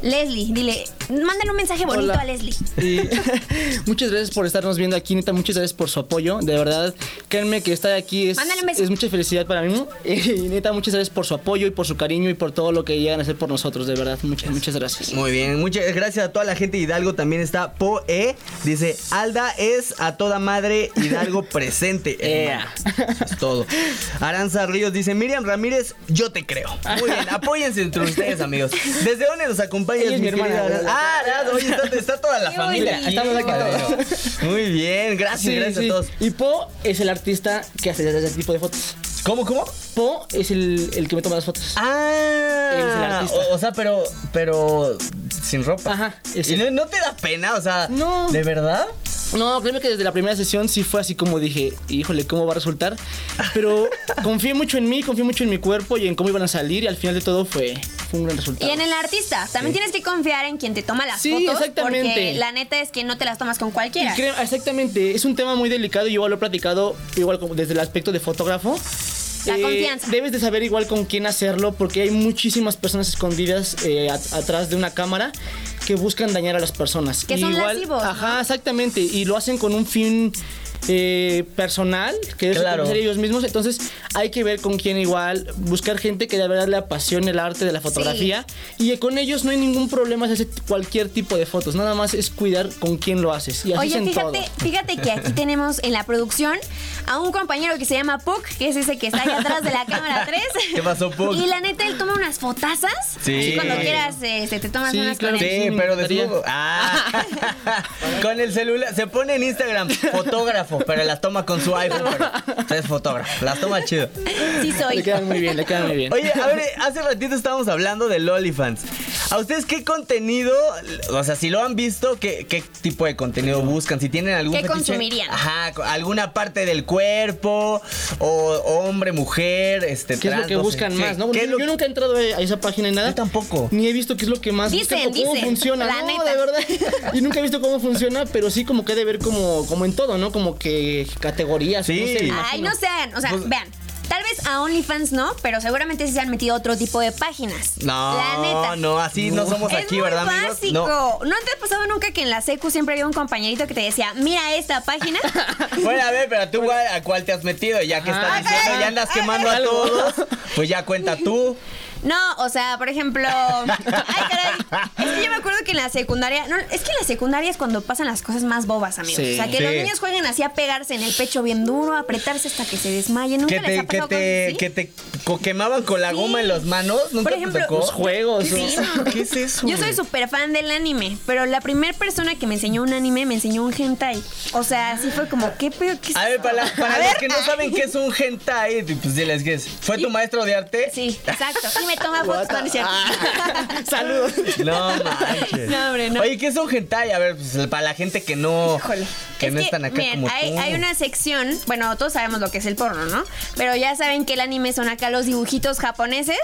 [SPEAKER 4] Leslie, dile, mándale un mensaje bonito
[SPEAKER 2] Hola.
[SPEAKER 4] a Leslie.
[SPEAKER 2] Y muchas gracias por estarnos viendo aquí, neta. Muchas gracias por su apoyo. De verdad, créanme que estar aquí es,
[SPEAKER 4] Mándale un beso.
[SPEAKER 2] es mucha felicidad para mí. Y neta, muchas gracias por su apoyo y por su cariño y por todo lo que llegan a hacer por nosotros. De verdad, muchas, muchas gracias.
[SPEAKER 3] Muy bien, muchas gracias a toda la gente de Hidalgo. También está Poe. Dice, Alda es a toda madre Hidalgo presente. hermano". Eso es todo. Aranza Ríos dice, Miriam Ramírez, yo te creo. Muy bien, apóyense entre ustedes, amigos. ¿Desde dónde nos acompañas,
[SPEAKER 2] Ella es
[SPEAKER 3] mi
[SPEAKER 2] mi hermana,
[SPEAKER 3] querida Aranza?
[SPEAKER 2] ¿verdad?
[SPEAKER 3] Ah, Aranza, oye, está, está toda la
[SPEAKER 4] Qué
[SPEAKER 3] familia.
[SPEAKER 4] bonito.
[SPEAKER 3] aquí,
[SPEAKER 2] Estamos aquí
[SPEAKER 3] padre. Muy bien, gracias,
[SPEAKER 2] Sí,
[SPEAKER 3] gracias
[SPEAKER 2] sí.
[SPEAKER 3] a todos.
[SPEAKER 2] Y Po es el artista que hace ese tipo de fotos.
[SPEAKER 3] ¿Cómo, cómo?
[SPEAKER 2] Po es el, el que me toma las fotos. Él es el
[SPEAKER 3] Ah,
[SPEAKER 2] artista.
[SPEAKER 3] o, o sea, pero, pero sin ropa.
[SPEAKER 2] Ajá,
[SPEAKER 3] ¿Y
[SPEAKER 2] ese.
[SPEAKER 3] no, no te da pena? O sea,
[SPEAKER 2] No.
[SPEAKER 3] ¿de verdad?
[SPEAKER 2] No, créeme que desde la primera sesión sí fue así como dije, híjole, ¿cómo va a resultar? Pero confié mucho en mí, confié mucho en mi cuerpo y en cómo iban a salir y al final de todo fue, fue un gran
[SPEAKER 4] Y
[SPEAKER 2] resultado.
[SPEAKER 4] en el artista, también tienes que confiar en quien te toma las
[SPEAKER 2] Sí,
[SPEAKER 4] fotos.
[SPEAKER 2] exactamente.
[SPEAKER 4] Porque la neta es que no te las tomas con
[SPEAKER 2] Y
[SPEAKER 4] cualquiera.
[SPEAKER 2] creo- exactamente, es un tema muy delicado y igual lo he platicado igual como desde el aspecto de fotógrafo. Eh,
[SPEAKER 4] La confianza.
[SPEAKER 2] Debes de saber igual con quién hacerlo porque hay muchísimas personas escondidas eh, at- atrás de una cámara que buscan dañar a las personas.
[SPEAKER 4] Que
[SPEAKER 2] Y
[SPEAKER 4] son
[SPEAKER 2] igual,
[SPEAKER 4] lascivos, ¿no?
[SPEAKER 2] Ajá, exactamente. Y lo hacen con un fin eh, personal, que es
[SPEAKER 3] Claro.
[SPEAKER 2] reconocer ellos mismos. Entonces hay que ver con quién igual, buscar gente que de verdad le apasione el arte de la fotografía. Y eh, con ellos no hay ningún problema hacer cualquier tipo de fotos. Nada más es cuidar con quién lo haces. Y así es
[SPEAKER 4] Oye,
[SPEAKER 2] en
[SPEAKER 4] fíjate,
[SPEAKER 2] todo.
[SPEAKER 4] fíjate que aquí tenemos en la producción a un compañero que se llama Puck, que es ese que está ahí atrás de la cámara 3.
[SPEAKER 3] ¿Qué pasó, Puck?
[SPEAKER 4] Y la neta, él toma unas fotazas.
[SPEAKER 3] Sí.
[SPEAKER 4] Así cuando quieras, eh, se te tomas
[SPEAKER 2] Sí,
[SPEAKER 4] unas
[SPEAKER 2] claro
[SPEAKER 4] con él.
[SPEAKER 2] que
[SPEAKER 3] Sí,
[SPEAKER 2] me
[SPEAKER 3] pero
[SPEAKER 2] gustaría.
[SPEAKER 3] desnudo. Ah. con el celular. Se pone en Instagram fotógrafo, pero las toma con su iPhone. Pero usted es fotógrafo. Las toma chido.
[SPEAKER 4] Sí,
[SPEAKER 2] Le
[SPEAKER 4] soy.
[SPEAKER 2] quedan muy bien, le quedan muy bien.
[SPEAKER 3] Oye, a ver, hace ratito estábamos hablando de Lolifans. ¿A ustedes qué contenido, o sea, si lo han visto, qué, qué tipo de contenido buscan? Si tienen algún
[SPEAKER 4] ¿Qué
[SPEAKER 3] fetiche-
[SPEAKER 4] consumirían?
[SPEAKER 3] Ajá, co- alguna parte del cuerpo, o hombre, mujer, este,
[SPEAKER 2] ¿Qué es lo
[SPEAKER 3] trans,
[SPEAKER 2] que
[SPEAKER 3] no sé.
[SPEAKER 2] buscan
[SPEAKER 3] Sí,
[SPEAKER 2] más? ¿no?
[SPEAKER 3] ¿qué
[SPEAKER 2] Bueno,
[SPEAKER 3] es lo-
[SPEAKER 2] Yo nunca he entrado a a esa página ni nada.
[SPEAKER 3] Yo tampoco.
[SPEAKER 2] Ni he visto qué es lo que más
[SPEAKER 4] Dicen,
[SPEAKER 2] buscan, cómo
[SPEAKER 4] dicen,
[SPEAKER 2] funciona.
[SPEAKER 4] la
[SPEAKER 2] no,
[SPEAKER 4] neta.
[SPEAKER 2] de verdad. Y nunca he visto cómo funciona, pero sí como que he de ver como, como en todo, ¿no? Como que categorías.
[SPEAKER 3] Sí.
[SPEAKER 2] No sé, me
[SPEAKER 4] Ay,
[SPEAKER 2] imagino.
[SPEAKER 4] no sean. O sea,
[SPEAKER 3] Pues-
[SPEAKER 4] vean. Tal vez a OnlyFans no, pero seguramente sí se han metido a otro tipo de páginas.
[SPEAKER 3] No,
[SPEAKER 4] la neta.
[SPEAKER 3] no, así no, somos
[SPEAKER 4] es
[SPEAKER 3] aquí,
[SPEAKER 4] muy
[SPEAKER 3] ¿verdad, amigos?
[SPEAKER 4] básico.
[SPEAKER 3] No.
[SPEAKER 4] No. te ha pasado nunca que en la secu siempre había un compañerito que te decía, mira esta página?
[SPEAKER 3] Bueno, a ver, pero tú güey, a cuál te has metido, ya que
[SPEAKER 2] Ajá.
[SPEAKER 4] Ah,
[SPEAKER 3] estás diciendo, ya andas quemando a todos, pues ya cuenta tú.
[SPEAKER 4] No, o sea, por ejemplo. Ay, caray. Es que yo me acuerdo que en la secundaria. No, es que en la secundaria es cuando pasan las cosas más bobas, amigos.
[SPEAKER 2] Sí.
[SPEAKER 4] o sea, que
[SPEAKER 3] Sí.
[SPEAKER 4] los niños jueguen así a pegarse en el pecho bien duro, a apretarse hasta que se desmayen. Nunca
[SPEAKER 3] Que
[SPEAKER 4] les ha
[SPEAKER 3] te, que
[SPEAKER 4] pasado
[SPEAKER 3] te,
[SPEAKER 4] cosas
[SPEAKER 3] que
[SPEAKER 4] así?
[SPEAKER 3] te co- quemaban con la
[SPEAKER 4] Sí.
[SPEAKER 3] goma en las manos, nunca
[SPEAKER 4] Por ejemplo,
[SPEAKER 3] te tocó.
[SPEAKER 2] Los juegos.
[SPEAKER 4] Sí,
[SPEAKER 2] ¿no?
[SPEAKER 4] no.
[SPEAKER 3] ¿Qué es eso?
[SPEAKER 4] Yo soy súper fan del anime, pero la primera persona que me enseñó un anime me enseñó un hentai. O sea, así fue como, ¿qué pedo? ¿Qué es
[SPEAKER 3] A ver,
[SPEAKER 4] esto?
[SPEAKER 3] para, la- para
[SPEAKER 4] A
[SPEAKER 3] los
[SPEAKER 4] ver, ah,
[SPEAKER 3] que no saben qué es un hentai, pues diles qué es. ¿Fue tu maestro de arte?
[SPEAKER 4] Sí, exacto. Y me toma fotos con el cierto.
[SPEAKER 2] Ah, Saludos.
[SPEAKER 3] No manches.
[SPEAKER 4] No, hombre, no.
[SPEAKER 3] Oye, ¿qué es un hentai? A ver, pues para la gente que no. Que
[SPEAKER 4] Es
[SPEAKER 3] no están acá
[SPEAKER 4] miren,
[SPEAKER 3] como
[SPEAKER 4] hay,
[SPEAKER 3] tú.
[SPEAKER 4] hay una sección, bueno, todos sabemos lo que es el porno, ¿no? Pero ya saben que el anime son acá los dibujitos japoneses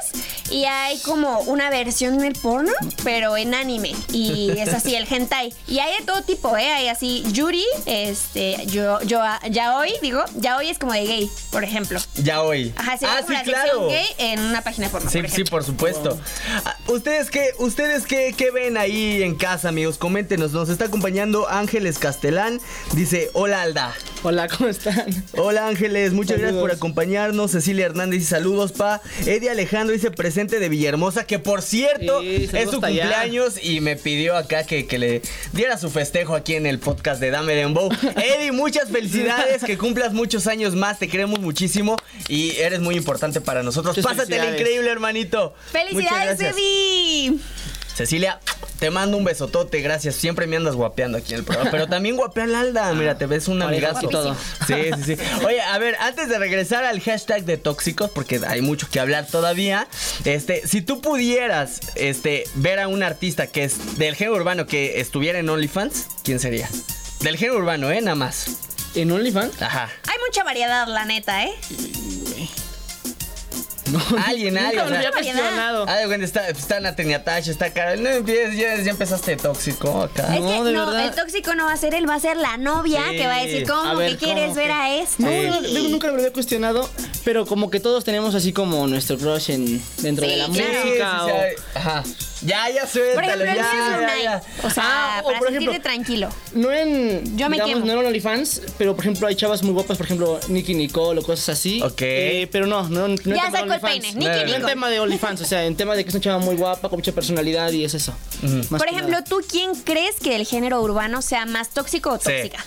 [SPEAKER 4] y hay como una versión del porno, pero en anime. Y es así, el hentai. Y hay de todo tipo, ¿eh? Hay así, Yuri, este, yo, yo, yaoi, digo, yaoi es como de gay, por ejemplo.
[SPEAKER 3] Ya hoy.
[SPEAKER 4] Ajá, se
[SPEAKER 3] ah,
[SPEAKER 4] como
[SPEAKER 3] sí,
[SPEAKER 4] la
[SPEAKER 3] claro.
[SPEAKER 4] sección gay en una página porno.
[SPEAKER 3] Sí,
[SPEAKER 4] por
[SPEAKER 3] sí,
[SPEAKER 4] ejemplo.
[SPEAKER 3] por supuesto. Ah, ¿Ustedes qué, ustedes qué, qué ven ahí en casa, amigos? Coméntenos. Nos está acompañando Ángeles Castelán. Dice, hola Alda.
[SPEAKER 2] Hola, ¿cómo están?
[SPEAKER 3] Hola Ángeles, muchas gracias
[SPEAKER 2] Saludos.
[SPEAKER 3] por acompañarnos. Cecilia Hernández dice saludos, pa. Eddie Alejandro dice presente de Villahermosa, que por cierto
[SPEAKER 2] Sí, saludos
[SPEAKER 3] es su
[SPEAKER 2] hasta allá.
[SPEAKER 3] cumpleaños y me pidió acá que, que le diera su festejo aquí en el podcast de Dame Dembow. Eddie, muchas felicidades, que cumplas muchos años más, te queremos muchísimo y eres muy importante para nosotros.
[SPEAKER 2] Muchas
[SPEAKER 3] Pásatela
[SPEAKER 2] felicidades.
[SPEAKER 3] increíble, hermanito. Muchas
[SPEAKER 4] ¡Felicidades,
[SPEAKER 3] gracias.
[SPEAKER 4] Eddie!
[SPEAKER 3] Cecilia, te mando un besotote, gracias. Siempre me andas guapeando aquí en el programa. Pero también guapea al Alda.
[SPEAKER 2] Ah,
[SPEAKER 3] Mira, te ves un
[SPEAKER 2] Pareja
[SPEAKER 3] amigazo.
[SPEAKER 2] y todo.
[SPEAKER 3] Sí, sí, sí. Oye, a ver, antes de regresar al hashtag de tóxicos, porque hay mucho que hablar todavía. Este, si tú pudieras este, ver a un artista que es del género urbano que estuviera en OnlyFans, ¿quién sería? Del género urbano, ¿eh? Nada más.
[SPEAKER 2] ¿En OnlyFans?
[SPEAKER 3] Ajá.
[SPEAKER 4] Hay mucha variedad, la neta, ¿eh?
[SPEAKER 2] ¿no?
[SPEAKER 3] Alguien,
[SPEAKER 2] Nunca
[SPEAKER 3] alguien.
[SPEAKER 2] me lo había cuestionado.
[SPEAKER 3] Ah, de cuenta, está, está Natalia Natasha, está Carol. No empieces, ya, ya empezaste tóxico acá.
[SPEAKER 4] Es que
[SPEAKER 2] No, de
[SPEAKER 4] no,
[SPEAKER 2] verdad.
[SPEAKER 4] el tóxico no va a ser él, va a ser la novia
[SPEAKER 3] Sí.
[SPEAKER 4] que va a decir, ¿cómo
[SPEAKER 2] A ver,
[SPEAKER 4] que quieres
[SPEAKER 2] ¿cómo
[SPEAKER 4] ver
[SPEAKER 2] que?
[SPEAKER 4] a este?" esto?
[SPEAKER 2] No, no, no, nunca lo había cuestionado, pero como que todos tenemos así como nuestro crush en, dentro
[SPEAKER 4] Sí,
[SPEAKER 2] de la
[SPEAKER 4] claro.
[SPEAKER 3] Sí,
[SPEAKER 2] música.
[SPEAKER 3] sí,
[SPEAKER 2] o-
[SPEAKER 3] sí, ay, Ajá. Ya, ya
[SPEAKER 4] Por
[SPEAKER 3] suéltalo,
[SPEAKER 4] ejemplo,
[SPEAKER 3] ya,
[SPEAKER 4] el mío es
[SPEAKER 3] ya,
[SPEAKER 4] Lunay.
[SPEAKER 3] ya.
[SPEAKER 4] O sea,
[SPEAKER 2] Ah, o
[SPEAKER 4] para
[SPEAKER 2] por
[SPEAKER 4] sentirte
[SPEAKER 2] ejemplo-
[SPEAKER 4] tranquilo.
[SPEAKER 2] No en.
[SPEAKER 4] Yo me
[SPEAKER 2] digamos,
[SPEAKER 4] quemo.
[SPEAKER 2] No en OnlyFans, pero por ejemplo hay chavas muy guapas, por ejemplo Nicky Nicole o cosas así.
[SPEAKER 3] Ok.
[SPEAKER 2] Eh, pero no, no, no en
[SPEAKER 4] Ya
[SPEAKER 2] tema de
[SPEAKER 4] sacó el
[SPEAKER 2] OnlyFans.
[SPEAKER 4] peine,
[SPEAKER 2] No,
[SPEAKER 4] Nicki
[SPEAKER 2] no en
[SPEAKER 4] Nicole.
[SPEAKER 2] tema de OnlyFans, o sea, en tema de que es una chava muy guapa, con mucha personalidad y es eso. Más
[SPEAKER 4] Por
[SPEAKER 2] que
[SPEAKER 4] ejemplo,
[SPEAKER 2] nada.
[SPEAKER 4] ¿tú quién crees que el género urbano sea más tóxico o
[SPEAKER 3] Sí.
[SPEAKER 4] tóxica?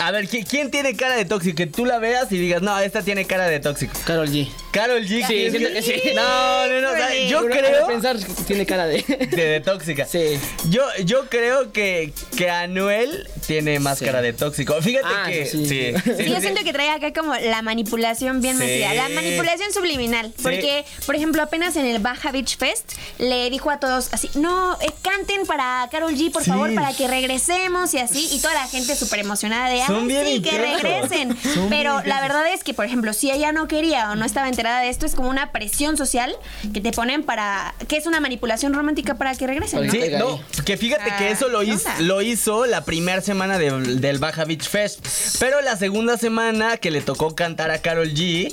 [SPEAKER 3] A ver, ¿qui- ¿quién tiene cara de tóxico? Que tú la veas y digas, no, esta tiene cara de tóxico.
[SPEAKER 2] Carol G.
[SPEAKER 3] Carol G. ¿quién-
[SPEAKER 2] siento que sí.
[SPEAKER 3] No, no, no. o sea, yo
[SPEAKER 2] Uno
[SPEAKER 3] creo.
[SPEAKER 2] puede pensar que tiene cara de.
[SPEAKER 3] De, de tóxica.
[SPEAKER 2] Sí.
[SPEAKER 3] Yo, yo creo que, que Anuel tiene más
[SPEAKER 2] Sí.
[SPEAKER 3] cara de tóxico. Fíjate
[SPEAKER 2] Ah,
[SPEAKER 3] que.
[SPEAKER 2] sí, sí.
[SPEAKER 4] Sí, yo siento que trae acá como la manipulación bien
[SPEAKER 3] Sí.
[SPEAKER 4] metida, la manipulación subliminal. Porque, por ejemplo, apenas en el Baja Beach Fest le dijo a todos así, no, eh, canten para Carol G, por
[SPEAKER 3] Sí.
[SPEAKER 4] favor, para que regresemos y así. Y toda la gente súper emocionada de,
[SPEAKER 3] Son
[SPEAKER 4] ay,
[SPEAKER 3] bien
[SPEAKER 4] sí, que
[SPEAKER 3] intensos.
[SPEAKER 4] regresen. Pero
[SPEAKER 3] Son bien
[SPEAKER 4] la
[SPEAKER 3] intensos.
[SPEAKER 4] verdad es que, por ejemplo, si ella no quería o no estaba enterada de esto, es como una presión social que te ponen para, que es una manipulación romántica para que regresen. ¿no?
[SPEAKER 2] Oye,
[SPEAKER 3] Sí,
[SPEAKER 2] Pega
[SPEAKER 3] no,
[SPEAKER 2] ahí.
[SPEAKER 3] que fíjate que
[SPEAKER 4] Ah,
[SPEAKER 3] eso lo,
[SPEAKER 4] ¿qué
[SPEAKER 3] hiz-
[SPEAKER 4] onda?
[SPEAKER 3] lo hizo la primera semana de- del Baja Beach Fest. Pero la segunda semana que le tocó cantar a Carol G,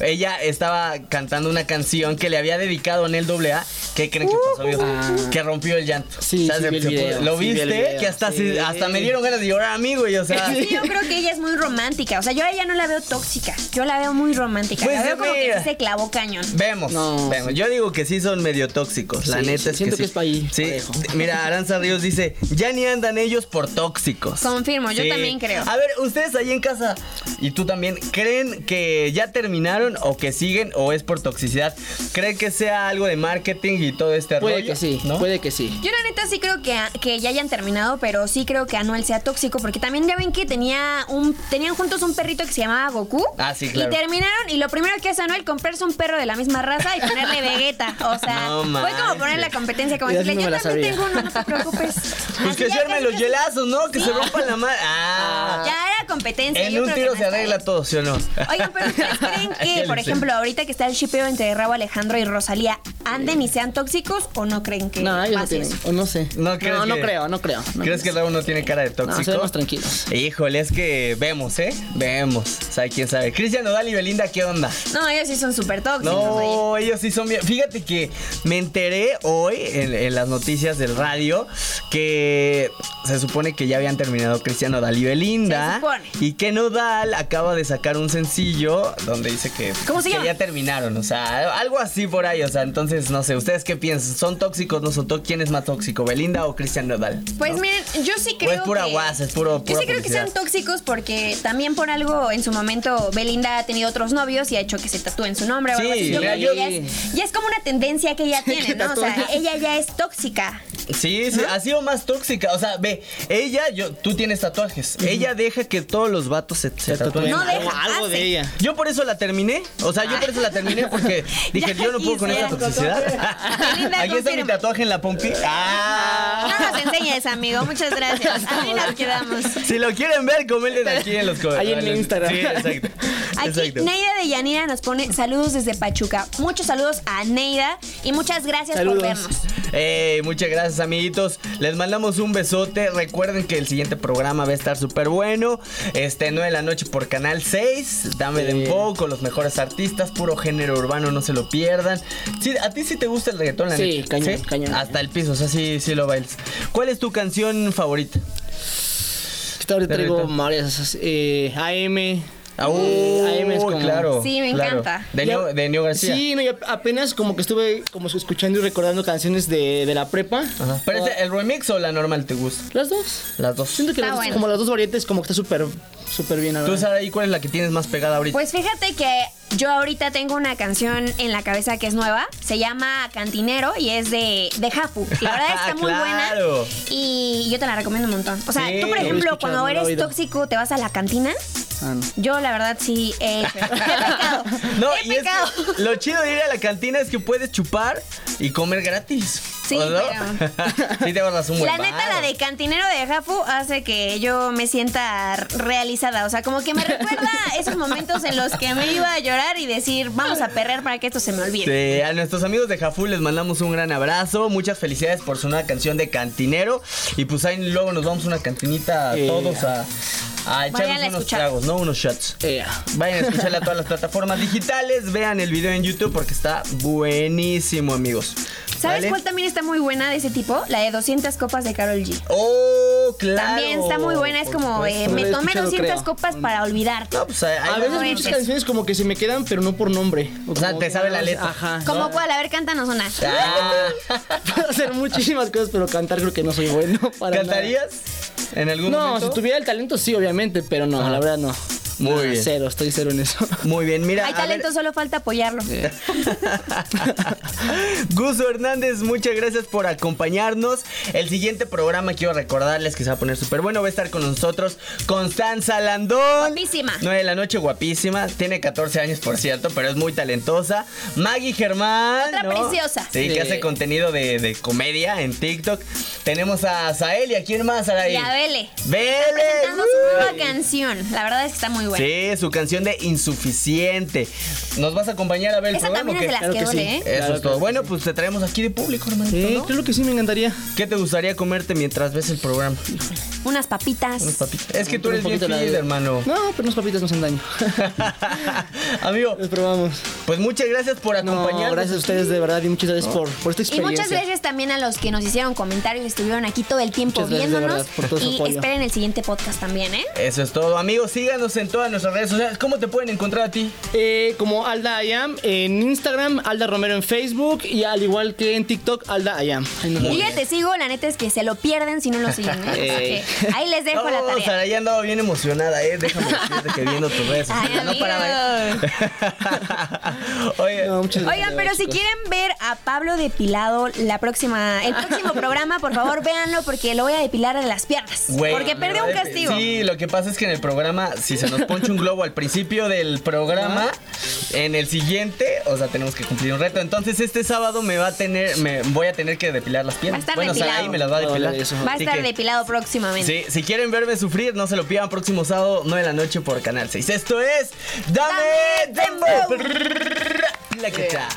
[SPEAKER 3] ella estaba cantando una canción que le había dedicado en el AA. ¿Qué creen que pasó? viejo?
[SPEAKER 2] Ah.
[SPEAKER 3] Que rompió el llanto.
[SPEAKER 2] Sí, sí vi el video,
[SPEAKER 3] ¿Lo
[SPEAKER 2] sí vi el
[SPEAKER 3] viste?
[SPEAKER 2] video,
[SPEAKER 3] que hasta,
[SPEAKER 2] sí.
[SPEAKER 3] se- hasta me dieron ganas de llorar, amigo. Y, o sea,
[SPEAKER 4] Sí, yo creo que ella es muy romántica. O sea, yo a ella no la veo tóxica. Yo la veo muy romántica.
[SPEAKER 3] Pues,
[SPEAKER 4] la veo como que
[SPEAKER 3] mira.
[SPEAKER 4] sí se clavó cañón.
[SPEAKER 3] Vemos,
[SPEAKER 2] No,
[SPEAKER 3] vemos. Yo digo que sí son medio tóxicos. La
[SPEAKER 2] Sí,
[SPEAKER 3] neta
[SPEAKER 2] sí,
[SPEAKER 3] es
[SPEAKER 2] siento
[SPEAKER 3] que,
[SPEAKER 2] que es pa' ahí,
[SPEAKER 3] Sí.
[SPEAKER 2] parejo.
[SPEAKER 3] Mira, Aranza Ríos dice, ya ni andan ellos por tóxicos.
[SPEAKER 4] Confirmo, yo también creo.
[SPEAKER 3] A ver, ustedes ahí en casa y tú también, ¿creen que ya terminaron o que siguen o es por toxicidad? ¿Creen que sea algo de marketing y todo este
[SPEAKER 2] Puede
[SPEAKER 3] rollo?
[SPEAKER 2] que sí,
[SPEAKER 3] ¿No?
[SPEAKER 2] puede que sí.
[SPEAKER 4] Yo la neta sí creo que, que ya hayan terminado, pero sí creo que Anuel sea tóxico, porque también ya ven que tenía un, tenían juntos un perrito que se llamaba Goku.
[SPEAKER 3] Ah, sí, claro.
[SPEAKER 4] Y terminaron, y lo primero que hace Anuel comprarse un perro de la misma raza y ponerle Vegeta. O sea,
[SPEAKER 3] No
[SPEAKER 4] fue como
[SPEAKER 3] manches.
[SPEAKER 4] poner la competencia, como
[SPEAKER 2] Ya
[SPEAKER 4] decirle,
[SPEAKER 2] sí me
[SPEAKER 4] yo
[SPEAKER 2] la
[SPEAKER 4] también
[SPEAKER 2] sabía".
[SPEAKER 4] tengo uno, no te preocupes.
[SPEAKER 3] Pues
[SPEAKER 4] Así
[SPEAKER 3] que
[SPEAKER 4] ya
[SPEAKER 3] se armen
[SPEAKER 4] casi,
[SPEAKER 3] los
[SPEAKER 4] casi-
[SPEAKER 3] hielazos, ¿no? Que se rompan la madre. Ah.
[SPEAKER 4] Ya era competencia.
[SPEAKER 3] en
[SPEAKER 4] yo
[SPEAKER 3] un
[SPEAKER 4] creo que
[SPEAKER 3] tiro
[SPEAKER 4] no
[SPEAKER 3] se
[SPEAKER 4] está
[SPEAKER 3] arregla
[SPEAKER 4] bien.
[SPEAKER 3] todo, ¿sí o no?
[SPEAKER 4] Oigan, pero ¿ustedes creen que,
[SPEAKER 3] Ándale,
[SPEAKER 4] por
[SPEAKER 3] sí.
[SPEAKER 4] ejemplo, ahorita que está el shipeo entre Rabo Alejandro y Rosalía, anden y sean tóxicos o no creen que
[SPEAKER 2] No, ellos no
[SPEAKER 4] pase
[SPEAKER 2] tienen.
[SPEAKER 4] eso?
[SPEAKER 2] O no sé.
[SPEAKER 3] ¿No crees
[SPEAKER 2] no
[SPEAKER 3] que-
[SPEAKER 2] creo, no creo. no
[SPEAKER 3] ¿Crees que
[SPEAKER 2] creo.
[SPEAKER 3] Raúl no tiene cara de tóxico?
[SPEAKER 2] No, seamos tranquilos.
[SPEAKER 3] Híjole, es que vemos, ¿eh? Vemos. ¿Sabe quién sabe? Cristian Nodal y Belinda, ¿qué onda?
[SPEAKER 4] No, ellos Pues sí son súper tóxicos. oye.
[SPEAKER 3] No, ellos sí son bien. Fíjate que me enteré hoy en, en las noticias del radio que se supone que ya habían terminado Cristian Nodal y Belinda.
[SPEAKER 4] Se supone.
[SPEAKER 3] Y que Nodal acaba de sacar un sencillo donde dice que,
[SPEAKER 4] ¿Cómo se
[SPEAKER 3] que
[SPEAKER 4] llama?
[SPEAKER 3] ya terminaron. O sea, algo así por ahí. O sea, entonces no sé, ¿ustedes qué piensan? ¿Son tóxicos? ¿No son tóxicos? ¿Quién es más tóxico? ¿Belinda o Cristian Nodal?
[SPEAKER 4] Pues
[SPEAKER 3] ¿No?
[SPEAKER 4] miren, yo sí creo
[SPEAKER 3] o es pura
[SPEAKER 4] que...
[SPEAKER 3] guasa, es puro.
[SPEAKER 4] Yo
[SPEAKER 3] pura
[SPEAKER 4] sí creo que
[SPEAKER 3] publicidad.
[SPEAKER 4] sean tóxicos porque también por algo en su momento Belinda ha tenido otros novios y ha hecho que se tatúen su nombre o algo
[SPEAKER 3] Sí,
[SPEAKER 4] así. Yo
[SPEAKER 3] mira,
[SPEAKER 4] creo que
[SPEAKER 2] yo-
[SPEAKER 4] ya es, ya es como una tendencia que ella tiene, ¿no? O sea,
[SPEAKER 2] tatúen.
[SPEAKER 4] ella ya es tóxica.
[SPEAKER 3] Sí, sí, ha sido más tóxica. O sea, ve, ella, yo, tú tienes tatuajes. Ella deja que todos los vatos se, se tatúen.
[SPEAKER 4] No
[SPEAKER 2] algo,
[SPEAKER 4] deja,
[SPEAKER 2] algo de
[SPEAKER 4] hace.
[SPEAKER 2] ella.
[SPEAKER 3] Yo por eso la terminé. O sea, yo por eso la terminé porque dije,
[SPEAKER 4] Ya
[SPEAKER 3] yo no puedo con esta
[SPEAKER 4] quisiera.
[SPEAKER 3] toxicidad.
[SPEAKER 4] Belinda,
[SPEAKER 3] Aquí está mi
[SPEAKER 4] confirma.
[SPEAKER 3] tatuaje en la pompi.
[SPEAKER 4] No
[SPEAKER 3] Ah.
[SPEAKER 4] nos enseñes, amigo. Muchas gracias. Ahí nos quedamos.
[SPEAKER 3] Si lo quieren ver, comenten aquí en los comentarios.
[SPEAKER 2] Ahí en mi Instagram.
[SPEAKER 3] Sí, exacto.
[SPEAKER 4] Aquí
[SPEAKER 3] exacto.
[SPEAKER 4] Neida de Yanira nos pone saludos desde Pachuca. Muchos saludos a Neida y muchas gracias
[SPEAKER 2] Saludos.
[SPEAKER 4] por vernos.
[SPEAKER 3] Ey, Eh, muchas gracias, amiguitos. Les mandamos un besote. Recuerden que el siguiente programa va a estar súper bueno. Este, 9 de la noche por Canal 6. Dame de
[SPEAKER 2] Sí.
[SPEAKER 3] Dembow con los mejores artistas. Puro género urbano, no se lo pierdan. Sí, a ti sí te gusta el reggaetón, la
[SPEAKER 2] Sí,
[SPEAKER 3] neta?
[SPEAKER 2] cañón, cañón.
[SPEAKER 3] Hasta el piso, o sea, sí, sí lo bailas. ¿Cuál es tu canción favorita?
[SPEAKER 2] Que ahorita
[SPEAKER 3] Pero
[SPEAKER 2] traigo
[SPEAKER 3] ahorita-
[SPEAKER 2] varias. Eh, AM.
[SPEAKER 3] Ah,
[SPEAKER 2] eh,
[SPEAKER 3] uh,
[SPEAKER 2] AM es como-
[SPEAKER 3] claro.
[SPEAKER 4] Sí, me
[SPEAKER 3] claro.
[SPEAKER 4] encanta.
[SPEAKER 3] De
[SPEAKER 2] Ya-
[SPEAKER 3] Neo, de Neo García.
[SPEAKER 2] Sí, no, y ap- apenas como que estuve como escuchando y recordando canciones de, de la prepa.
[SPEAKER 3] Ajá. Pero
[SPEAKER 2] O-
[SPEAKER 3] este, ¿el remix o la normal te gusta?
[SPEAKER 2] Las dos.
[SPEAKER 3] Las dos.
[SPEAKER 2] Siento que
[SPEAKER 4] Está
[SPEAKER 2] las-
[SPEAKER 4] bueno.
[SPEAKER 2] como las dos variantes como que está súper súper bien. la
[SPEAKER 3] Tú,
[SPEAKER 2] verdad.
[SPEAKER 3] Sara, ¿y cuál es la que tienes más pegada ahorita?
[SPEAKER 4] Pues fíjate que yo ahorita tengo una canción en la cabeza que es nueva. Se llama Cantinero y es de, de Jafu. La verdad está muy
[SPEAKER 3] Claro.
[SPEAKER 4] buena y yo te la recomiendo un montón. O sea, tú,
[SPEAKER 3] Sí,
[SPEAKER 4] por
[SPEAKER 3] lo voy a
[SPEAKER 4] ejemplo,
[SPEAKER 2] escuchar,
[SPEAKER 4] cuando
[SPEAKER 2] no la he
[SPEAKER 4] eres
[SPEAKER 2] oído.
[SPEAKER 4] tóxico, te vas a la cantina veces.
[SPEAKER 2] Ah, no.
[SPEAKER 4] Yo, la verdad, sí he hecho. He pecado.
[SPEAKER 3] No,
[SPEAKER 4] he
[SPEAKER 3] y es
[SPEAKER 4] pecado.
[SPEAKER 3] que lo chido de ir a la cantina es que puedes chupar y comer gratis.
[SPEAKER 4] Sí,
[SPEAKER 3] ¿o no?
[SPEAKER 4] pero-
[SPEAKER 3] sí te ahorras un buen
[SPEAKER 4] La neta, la
[SPEAKER 3] varo.
[SPEAKER 4] de cantinero de Jafu hace que yo me sienta realizada. O sea, como que me recuerda esos momentos en los que me iba a llorar y decir, vamos a perrer para que esto se me olvide.
[SPEAKER 3] Sí, a nuestros amigos de Jafú les mandamos un gran abrazo. Muchas felicidades por su nueva canción de Cantinero. Y pues ahí luego nos vamos a una cantinita
[SPEAKER 2] Eh.
[SPEAKER 3] todos a, a
[SPEAKER 4] Vayan a
[SPEAKER 3] echarnos unos
[SPEAKER 4] escuchar.
[SPEAKER 3] tragos, ¿no? Unos shots.
[SPEAKER 2] Ea.
[SPEAKER 3] Vayan a escucharla a todas las plataformas digitales. Vean el video en YouTube porque está buenísimo, amigos.
[SPEAKER 4] ¿Sabes
[SPEAKER 3] ¿Vale?
[SPEAKER 4] cuál también está muy buena de ese tipo? La de 200 copas de Carol G.
[SPEAKER 3] Oh, claro.
[SPEAKER 4] También está muy buena. Es
[SPEAKER 3] Por
[SPEAKER 4] como, eh,
[SPEAKER 3] supuesto.
[SPEAKER 2] No la
[SPEAKER 4] me
[SPEAKER 2] he
[SPEAKER 4] tomé
[SPEAKER 2] escuchado,
[SPEAKER 4] 200
[SPEAKER 2] creo.
[SPEAKER 4] copas para olvidarte.
[SPEAKER 3] No, pues ahí- ahí
[SPEAKER 2] A
[SPEAKER 3] vamos.
[SPEAKER 2] veces muchas canciones como que se me quedan, pero no por nombre.
[SPEAKER 3] O sea,
[SPEAKER 2] como
[SPEAKER 3] te
[SPEAKER 2] que
[SPEAKER 3] sabe
[SPEAKER 2] nada
[SPEAKER 3] la
[SPEAKER 2] más-
[SPEAKER 3] letra.
[SPEAKER 2] Ajá.
[SPEAKER 4] Como cuál, a ver, cántanos una.
[SPEAKER 3] Ah,
[SPEAKER 2] Puedo hacer muchísimas cosas, pero cantar creo que no soy bueno para nada.
[SPEAKER 3] ¿Cantarías? ¿En algún
[SPEAKER 2] No,
[SPEAKER 3] momento?
[SPEAKER 2] si tuviera el talento sí, obviamente, pero no, la verdad no.
[SPEAKER 3] Ah. Muy
[SPEAKER 2] Nada,
[SPEAKER 3] bien.
[SPEAKER 2] Cero, estoy cero en eso.
[SPEAKER 3] Muy bien, mira.
[SPEAKER 4] Hay
[SPEAKER 3] a ver-
[SPEAKER 4] talento, solo falta apoyarlo.
[SPEAKER 3] Guso Hernández, muchas gracias por acompañarnos. El siguiente programa quiero recordarles que se va a poner súper bueno. Va a estar con nosotros Constanza Landón.
[SPEAKER 4] Guapísima.
[SPEAKER 3] 9 de la noche, guapísima. Tiene 14 años, por cierto, pero es muy talentosa. Maggie Germán.
[SPEAKER 4] Otra preciosa.
[SPEAKER 3] Sí,
[SPEAKER 2] Sí.
[SPEAKER 3] que hace contenido de, de comedia en TikTok. Tenemos a Zael y a quién más, Araí.
[SPEAKER 4] Y a Bele.
[SPEAKER 3] Bele.
[SPEAKER 4] Presentando
[SPEAKER 3] Uh.
[SPEAKER 4] su nueva canción. La verdad es que está muy buena.
[SPEAKER 3] Sí, su canción de Insuficiente. ¿Nos vas a acompañar a ver el
[SPEAKER 4] Esa
[SPEAKER 3] programa?
[SPEAKER 4] también
[SPEAKER 3] o
[SPEAKER 4] es de
[SPEAKER 3] qué?
[SPEAKER 4] las
[SPEAKER 2] Claro
[SPEAKER 4] que
[SPEAKER 2] que sí.
[SPEAKER 4] duele, ¿eh?
[SPEAKER 3] Eso
[SPEAKER 2] Claro,
[SPEAKER 3] es todo.
[SPEAKER 2] claro.
[SPEAKER 3] Bueno, pues te traemos aquí de público, hermanito.
[SPEAKER 2] Sí,
[SPEAKER 3] ¿no?
[SPEAKER 2] Eh, creo que sí me encantaría.
[SPEAKER 3] ¿Qué te gustaría comerte mientras ves el programa?
[SPEAKER 4] ¿eh? Unas papitas.
[SPEAKER 3] Unas papitas. Es que tú eres
[SPEAKER 2] Un
[SPEAKER 3] bien
[SPEAKER 2] poquito la-
[SPEAKER 3] fit, hermano.
[SPEAKER 2] No, pero unos papitas no hacen daño.
[SPEAKER 3] Amigo,
[SPEAKER 2] Los probamos.
[SPEAKER 3] pues muchas gracias por
[SPEAKER 2] No,
[SPEAKER 3] acompañarnos.
[SPEAKER 2] gracias a ustedes de verdad y muchas gracias por, por esta
[SPEAKER 4] Y
[SPEAKER 2] experiencia.
[SPEAKER 4] muchas gracias también a los que nos hicieron comentarios y estuvieron aquí todo el tiempo
[SPEAKER 2] Muchas gracias, de
[SPEAKER 4] viéndonos.
[SPEAKER 2] verdad, por todo su
[SPEAKER 4] y
[SPEAKER 2] apoyo.
[SPEAKER 4] esperen el siguiente podcast también, ¿eh?
[SPEAKER 3] Eso es todo, amigos. Síganos en todas nuestras redes sociales. ¿Cómo te pueden encontrar a ti?
[SPEAKER 2] Eh, como Alda I Am en Instagram, Alda Romero en Facebook y al igual que en TikTok, Alda I Am. Ahí nos
[SPEAKER 4] Y
[SPEAKER 2] vemos.
[SPEAKER 4] yo te sigo, la neta es que se lo pierden si no lo siguen, ¿eh?
[SPEAKER 2] Ey.
[SPEAKER 4] Así que ahí les dejo la
[SPEAKER 3] No,
[SPEAKER 4] tarea.
[SPEAKER 3] Sara, ya andaba bien emocionada, ¿eh? Déjame decirte que viendo tus redes
[SPEAKER 4] Ay,
[SPEAKER 3] sociales. no
[SPEAKER 4] amigo.
[SPEAKER 3] paraba. ¿eh? Oye,
[SPEAKER 2] No, muchas gracias,
[SPEAKER 4] Oigan, pero
[SPEAKER 2] de verdad,
[SPEAKER 4] si
[SPEAKER 2] chicos.
[SPEAKER 4] quieren ver a Pablo depilado la próxima, el próximo programa, por favor, véanlo porque lo voy a depilar de las piernas.
[SPEAKER 3] Güey,
[SPEAKER 4] porque perdió un castigo.
[SPEAKER 3] Sí, lo que pasa es que en el programa, si se nos poncha un globo al principio del programa, en el siguiente, o sea, tenemos que cumplir un reto. Entonces, este sábado me va a tener, me voy a tener que depilar las piernas.
[SPEAKER 4] Va a estar
[SPEAKER 3] bueno, o sea,
[SPEAKER 4] depilado.
[SPEAKER 3] ahí me las va a
[SPEAKER 2] No,
[SPEAKER 3] depilar.
[SPEAKER 2] no, eso.
[SPEAKER 4] Va a
[SPEAKER 3] Así
[SPEAKER 4] estar
[SPEAKER 3] que,
[SPEAKER 4] depilado próximamente.
[SPEAKER 3] sí, si quieren verme sufrir, no se lo pidan próximo sábado, 9 de la noche por Canal 6. Esto es Dame,
[SPEAKER 4] Dame
[SPEAKER 3] Dembow. La que está.